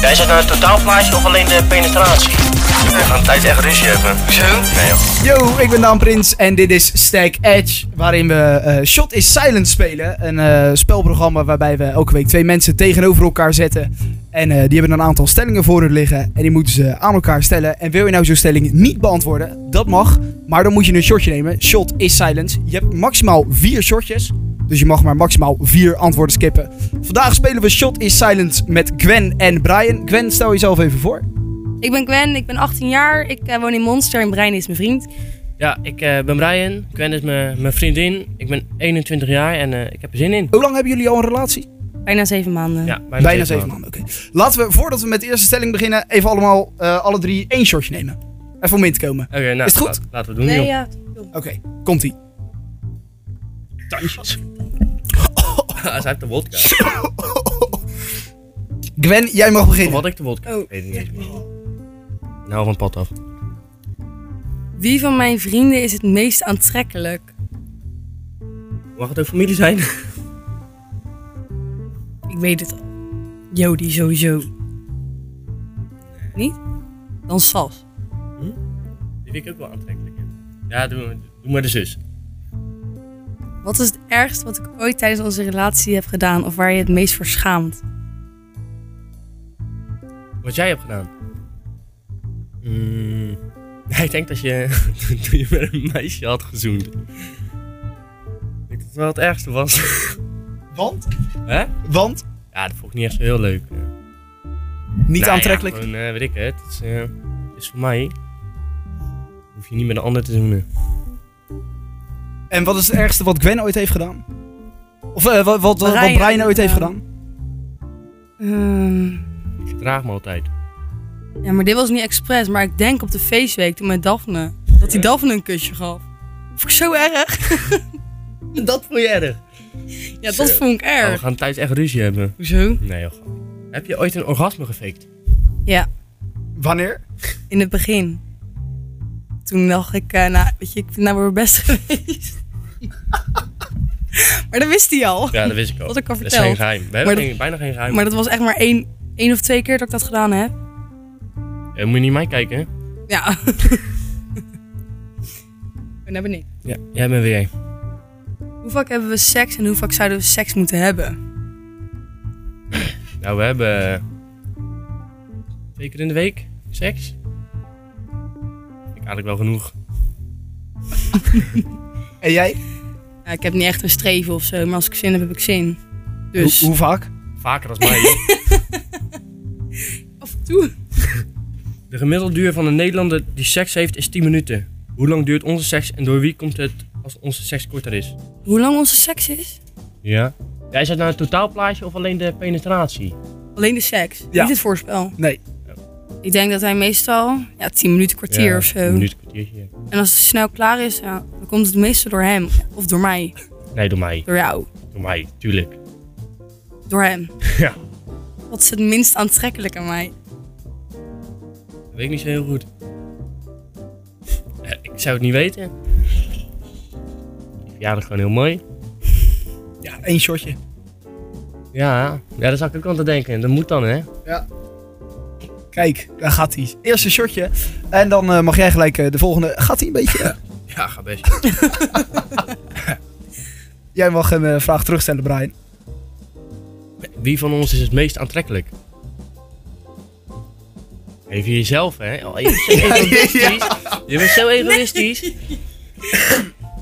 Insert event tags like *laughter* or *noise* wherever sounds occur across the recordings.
Ja, is dat nou een totaalplaatje of alleen de penetratie? We gaan een tijd dus echt ruzie hebben. Zo? Nee joh. Yo, ik ben Daan Prins en dit is Stack Edge, waarin we eh, Shot is Silent spelen. Een eh, spelprogramma waarbij we elke week twee mensen tegenover elkaar zetten. En eh, die hebben een aantal stellingen voor hun liggen en die moeten ze aan elkaar stellen. En wil je nou zo'n stelling niet beantwoorden, dat mag. Maar dan moet je een shotje nemen. Shot is Silent. Je hebt maximaal vier shotjes. Dus je mag maar maximaal vier antwoorden skippen. Vandaag spelen we Shot is Silent met Gwen en Brian. Gwen, stel jezelf even voor. Ik ben Gwen, ik ben 18 jaar. Ik eh, woon in Monster en Brein is mijn vriend. Ja, ik eh, ben Brian. Gwen is mijn mijn vriendin. Ik ben 21 jaar en eh, ik heb er zin in. Hoe lang hebben jullie al een relatie? Bijna zeven maanden. Ja, bijna, Bijna zeven maanden, oké. Laten we, voordat we met de eerste stelling beginnen, even allemaal, eh, alle drie één shotje nemen. Even om in te komen. Oké, nou, Is het goed? laat- laten we het doen, Nee, joh. ja. Oké, komt-ie. *coughs* Tandjes. *laughs* Hij heeft de wodka. Gwen, jij mag Of beginnen. had ik de wodka? Oh. Weet ik niet eens meer. Nou, van pad af. Wie van mijn vrienden is het meest aantrekkelijk? Mag het ook familie zijn? *laughs* Ik weet het al. Jody sowieso. Niet? Dan Sas. Die vind ik ook wel aantrekkelijk. Ja, doe, doe maar de zus. Wat is het ergst wat ik ooit tijdens onze relatie heb gedaan of waar je het meest voor schaamt? Wat jij hebt gedaan? Mm, *laughs* nee, ik denk dat je *laughs* toen je met een meisje had gezoend. Ik denk dat het wel het ergste was. *laughs* Want? Hè? Want? Ja, dat vond ik niet echt zo heel leuk. Niet Niet aantrekkelijk. gewoon, eh, weet ik het. Het is, eh, het is voor mij. Hoef je niet met een ander te zoenen. En wat is het ergste wat Gwen ooit heeft gedaan? Of eh, wat, wat, wat Brian eh, Brian ooit heeft heeft gedaan. gedaan? Ehm, Ik gedraag me altijd. ja, maar dit was niet expres, maar ik denk op de feestweek toen met Daphne. Dat hij Daphne een kusje gaf. Vond ik zo erg. Dat vond je erg. Ja, dat vond ik Oh, we erg. gaan thuis echt ruzie hebben. Hoezo? Nee, joh. Heb je ooit een orgasme gefaked? Ja. Wanneer? In het begin. Toen dacht ik, eh, nou, weet je, ik ben nou weer best *laughs* geweest. maar dat wist hij al. Ja, dat wist ik al. Wat ik al dat is verteld. geen geheim. We hebben dat- geen- bijna geen geheim. Maar dat was echt maar één, één of twee keer dat ik dat gedaan heb. Eh, moet je niet mij kijken, hè? Ja. *laughs* En dat ben ik. Ja, jij bent weer. Hoe vaak hebben we seks en hoe vaak zouden we seks moeten hebben? Nou, we hebben eh, twee keer in de week seks. Vind Ik eigenlijk wel genoeg. En jij? Nou, ik heb niet echt een streven of zo, maar als ik zin heb, heb ik zin. Dus Hoe, hoe vaak? Vaker als mij. af en toe. de gemiddelde duur van een Nederlander die seks heeft is 10 minuten. Hoe lang duurt onze seks en door wie komt het als onze seks korter is? Hoe lang onze seks is? Ja. ja is dat nou een totaalplaatje of alleen de penetratie? Alleen de seks. Ja. Niet het voorspel. Nee. Ik denk dat hij meestal, ja, 10 minuten, kwartier Ja, of zo. Een minuut, kwartiertje. ja. En als het snel klaar is, ja, dan komt het meeste door hem. Of door mij. Nee, door mij. Door jou. Door mij, tuurlijk. Door hem. *laughs* Ja. Wat is het minst aantrekkelijk aan mij? Dat weet ik niet zo heel goed. Eh, Ik zou het niet weten. Ja, dat is gewoon heel mooi. Ja, één shotje. Ja, ja daar zou ik ook aan te denken. Dat moet dan, hè? Kijk, daar gaat hij. Eerste shotje. En dan eh, mag jij gelijk eh, de volgende. Gaat hij een beetje? eh, Ja, ga best. jij mag hem eh, vraag terugstellen, Brian. Wie van ons is het meest aantrekkelijk? Even jezelf, hè? Oh, je bent zo egoïstisch. Je bent zo egoïstisch.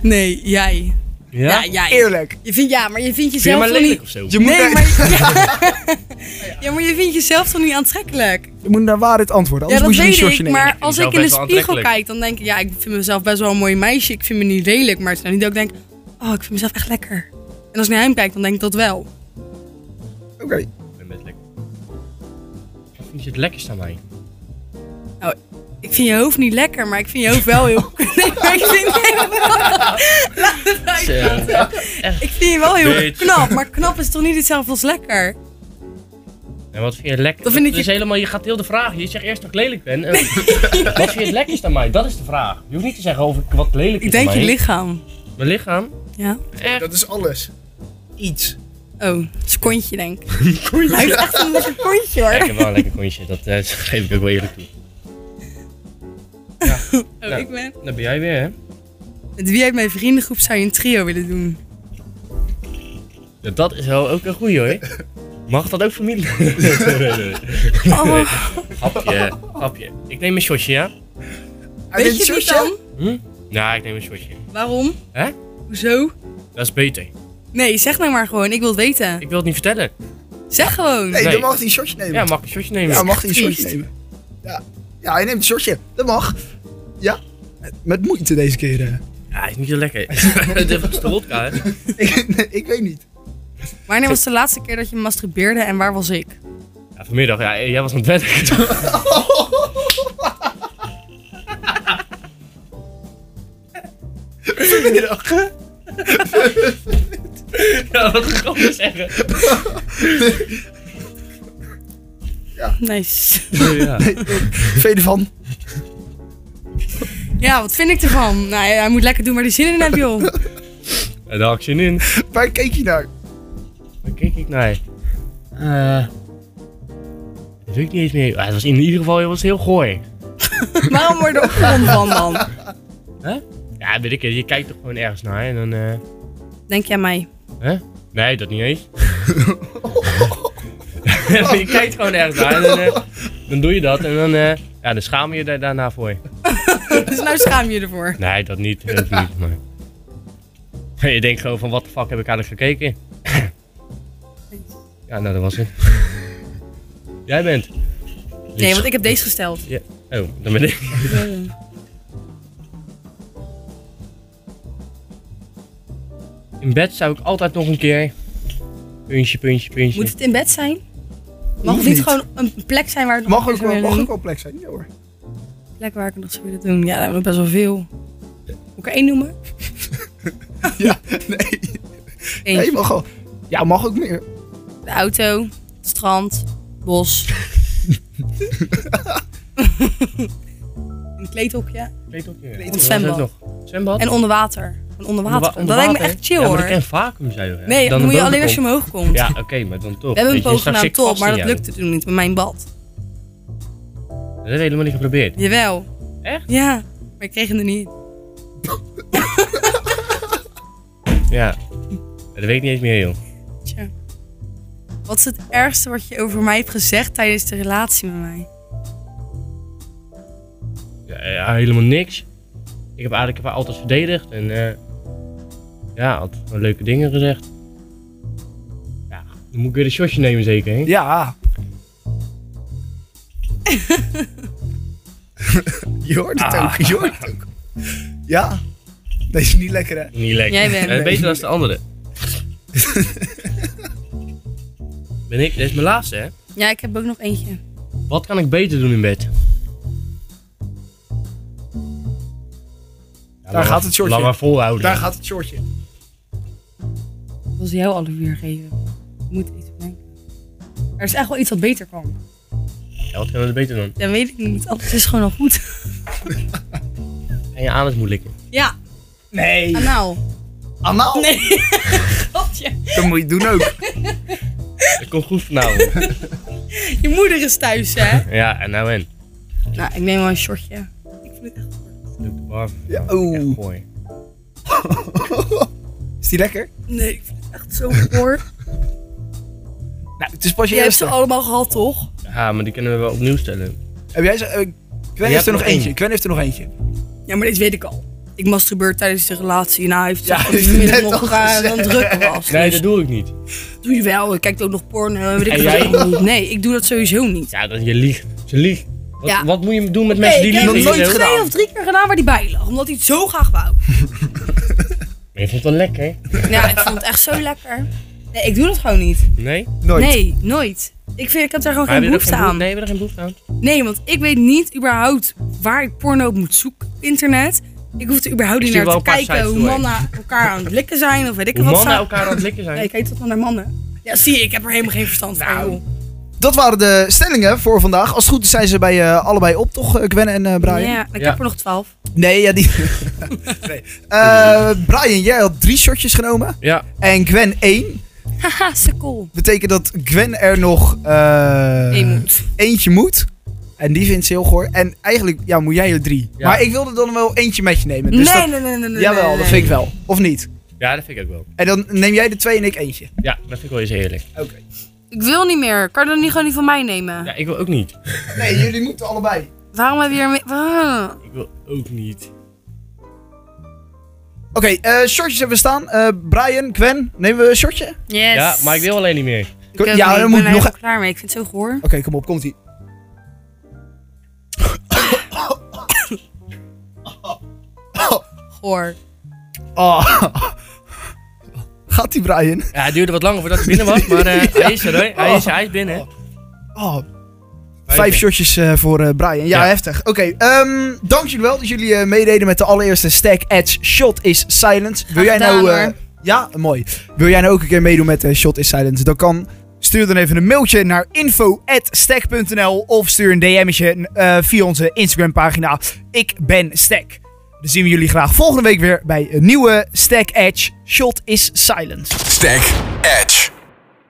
Nee, jij. Ja, Ja? jij. Eerlijk. Je vindt, ja, maar je vindt Vind je jezelf maar toch lelijk niet... of zo? Je moet, Nee, naar, maar, ja. *laughs* ja, *laughs* maar je vindt jezelf toch niet aantrekkelijk? je moet naar waarheid antwoorden, Ja, anders dat moet je een weet shotje ik, nemen. maar als ik jezelf in de best wel spiegel kijk, aantrekkelijk. dan denk ik, ja, ik vind mezelf best wel een mooi meisje. Ik vind me niet lelijk, maar het is nou niet dat ik denk, oh, ik vind mezelf echt lekker. En als ik naar hem kijk, dan denk ik dat wel. Oké. Ik ben best lekker. Wat vind je het lekkerst aan mij? Ik vind je hoofd niet lekker, maar ik vind je hoofd wel heel... *laughs* Nee, maar ik vind... Nee, *laughs* laat het uit. Ik vind je wel heel Bitch. knap, maar knap is toch niet hetzelfde als lekker? En wat vind je het lekker? Dat vind ik- is helemaal, je gaat heel de vraag. Je zegt eerst dat ik lelijk ben. En *laughs* wat vind je het lekkerst aan mij? Dat is de vraag. Je hoeft niet te zeggen of ik wat Ik lelijk is aan denk je mij. lichaam. Mijn lichaam? Ja. Echt? is alles. Iets. Oké, Oh, dat is kontje denk ik. kontje? Hij heeft echt een lekker kontje hoor. Ja, ik heb wel een lekker kontje, dat eh, *laughs* geef ik ook wel eerlijk toe. Oh, Nou. ik ben... Dan ben jij weer, hè? Met wie uit mijn vriendengroep zou je een trio willen doen? Ja, dat is wel ook een goeie, hoor. Mag dat ook *laughs* familie? nee, nee, nee. Oh, Hapje, hapje. Ik neem een shotje, ja? weet je het niet dan? Hm? Nou, ik neem een shotje. Waarom? Hè? Hoezo? Dat is beter. Nee, zeg nou maar gewoon. Ik wil het weten. Ik wil het niet vertellen. Zeg gewoon. Nee, Nee. dan mag hij een shotje nemen. Ja, mag ik een shotje nemen? Ja, mag hij een shotje triest. nemen. Ja. ja, hij neemt een shotje. Dat mag. Ja. Met moeite deze keer. eh. *laughs* Ja, hij is niet zo lekker. *laughs* Dit was de vodka, hè? ik, nee, ik weet niet. *laughs* Wanneer was de laatste keer dat je masturbeerde en waar was ik? Ja, vanmiddag, ja, jij was aan het werk. Vanmiddag. *laughs* ja, wat ik anders zeggen. Nice. Ja. Vele van. Ja, wat vind ik ervan? Nou, hij moet lekker doen waar hij zin in heeft, joh. En daar had ik zin in. Waar keek je naar? Waar keek ik naar? Eh. Dat weet ik niet eens meer. Ah, het was in ieder geval het was heel gooi. Waarom word je er opgewonden van dan? Ja, weet ik het. Je kijkt toch gewoon ergens naar en dan... eh, Denk jij mij? Hè? Nee, dat niet eens. *laughs* je kijkt gewoon ergens naar en dan, eh, dan doe je dat en dan, eh, ja, dan schaam je je daar daarna voor. Dus nou schaam je ervoor. Nee, dat niet. Dat niet maar. *laughs* Je denkt gewoon van, wat de fuck heb ik eigenlijk gekeken? *laughs* ja, nou, dat was het. *laughs* Jij bent. Nee, want ik heb deze gesteld. Ja. Oh, dan ben ik. *laughs* In bed zou ik altijd nog een keer. Puntje, puntje, puntje. Moet het in bed zijn? Mag het Hoeft niet niet. gewoon een plek zijn waar het nog Mag ook zou wel, willen mag doen? ook wel plek zijn. Ja hoor. Een plek waar ik het nog zou willen doen. Ja, daar hebben we best wel veel. Moet ik er één noemen? *laughs* Ja, nee. Eén. Nee, mag wel. Ja, mag ook meer. De auto, het strand, bos. een kleedhokje. Weet ook niet. het zwembad. Nog. Zwembad? En onder water. Gewoon Onder water. Onder wa- onder dat lijkt me water? echt chill ja, hoor. Maar ik ken vacuüm zou je hebben. Nee, dat Dan moet je boven alleen als je komt. omhoog komt. Ja, oké, maar dan toch. We hebben een Weet je, je poging staat gedaan ziek top, vast maar in dat jou. lukte toen niet met mijn bad. Dat hebben we helemaal niet geprobeerd. Jawel. Echt? Ja, maar ik kreeg hem er niet. in. Ja. Dat weet ik niet eens meer, joh. Tja. Wat is het ergste wat je over mij hebt gezegd tijdens de relatie met mij? Ja, ja, helemaal niks. Ik heb eigenlijk haar altijd verdedigd en eh, ja, altijd wel leuke dingen gezegd. Ja, dan moet ik weer een shotje nemen zeker, hè? Ja. je hoort het ook. Je hoort het ook. Ja. Deze is niet lekker hè. Niet lekker. Jij bent. Eh, beter dan de *laughs* andere. ben ik, dit is mijn laatste, hè? Ja, ik heb ook nog eentje. Wat kan ik beter doen in bed? Ja, langer- gaat het shotje. Langer volhouden. Daar gaat het shortje. Ik wil ze jou alle vier geven. Ik moet er iets van denken. Er is echt wel iets wat beter kan. Ja, wat kunnen we beter doen? Dat weet ik niet. Alles is gewoon al goed. En je anus moet likken. Ja, Nee. anaal. Anaal. Nee. *laughs* Grapje. Dat moet je doen ook. Dat komt goed vanavond. Je moeder is thuis, hè? ja, en nou en. nou, ik neem wel een shortje. Ik vind het echt... Doe ik de bar. *laughs* Ja, oeh. Echt gooi. *laughs* Is die lekker? Nee, ik vind het echt zo goor. Nou, het is pas je Je hebt ze eerste. allemaal gehad, toch? Ja, maar die kunnen we wel opnieuw stellen. Heb jij ze? eh, Gwen hebt heeft er nog nog één. eentje. Gwen heeft er nog eentje. Ja, maar dit weet ik al. Ik masturbeer tijdens de relatie. Nou, hij heeft Ja, ja, *laughs* dat is net al nog eh, aan het drukken was. Nee, Dus dat doe ik niet. doe je wel. Ik kijk ook nog porno. Weet ik En het jij? allemaal niet. Nee, ik doe dat sowieso niet. Ja, dat je liegt. Ze liegt. Wat, Ja. wat moet je doen met mensen die ik liegen? nog heb nooit het Zo. gedaan. twee of drie keer gedaan waar die bij lag. Omdat hij het zo graag wou. Maar je vond het wel lekker. *laughs* Ja, ik vond het echt zo lekker. Nee, ik doe dat gewoon niet. Nee? Nooit. Nee, nooit. Ik, vind, ik heb daar gewoon Maar geen heb je er behoefte ook geen behoefte- aan. Nee, hebben we er geen behoefte aan? Nee, want ik weet niet überhaupt waar ik porno op moet zoeken op internet. Ik hoef er überhaupt Ik niet zie naar wel te een paar kijken sites hoe door. mannen elkaar aan het likken zijn. Of weet ik Hoe het wat. mannen zijn. elkaar aan het likken zijn. Nee, ik heet dat wel naar mannen. Ja, zie je, ik heb er helemaal geen verstand van. Nou, joh. Dat waren de stellingen voor vandaag. Als het goed is zijn ze bij eh, allebei op, toch eh, Gwen en eh, Brian? Ja, ik Ja. heb er nog twaalf. Nee, ja, die... nee. Eh, Brian, jij had drie shotjes genomen. Ja, En Gwen één. Haha, sukkel. Betekent dat Gwen er nog eh, Nee, moet. eentje moet. En die vindt ze heel goor. En eigenlijk ja, moet jij er drie. Ja. Maar ik wilde dan wel eentje met je nemen. Nee, Dus dat, nee, nee, nee, nee, nee. jawel, dat nee. vind ik wel. Of niet? Ja, dat vind ik ook wel. En dan neem jij de twee en ik eentje. Ja, dat vind ik wel eens eerlijk. Oké. Ik wil niet meer. Kan je dan niet gewoon die van mij nemen? Ja, ik wil ook niet. Nee, jullie moeten allebei. Waarom heb je er mee... Ah. Ik wil ook niet. Oké, eh shortjes hebben we staan. Eh, Brian, Gwen, nemen we een shortje? Yes. Ja, maar ik wil alleen niet meer. Ik ook ja, niet. dan ik moet ben ik nog... er helemaal klaar mee. Ik vind het zo goor. Oké, kom op, komt ie. Goor. Oh. Gaat die Brian? Ja, het duurde wat langer voordat hij binnen was, maar *laughs* eh, hij is er hoor. Hij is, hij is binnen. Oh, Hij Vijf is binnen. shotjes eh, voor eh, Brian. Ja, Ja. heftig. Oké, ehm, dank jullie wel dat jullie eh, meededen met de allereerste Stack Edge Shot is Silence. Wil jij gedaan, nou... eh, hoor. ja, mooi. Wil jij nou ook een keer meedoen met eh, Shot is Silence? Dan kan... Stuur dan even een mailtje naar info.stack.nl of stuur een DM'tje eh, via onze Instagram pagina. Ik ben Stack. Dan zien we jullie graag volgende week weer bij een nieuwe Stack Edge Shot is Silence. Stack Edge.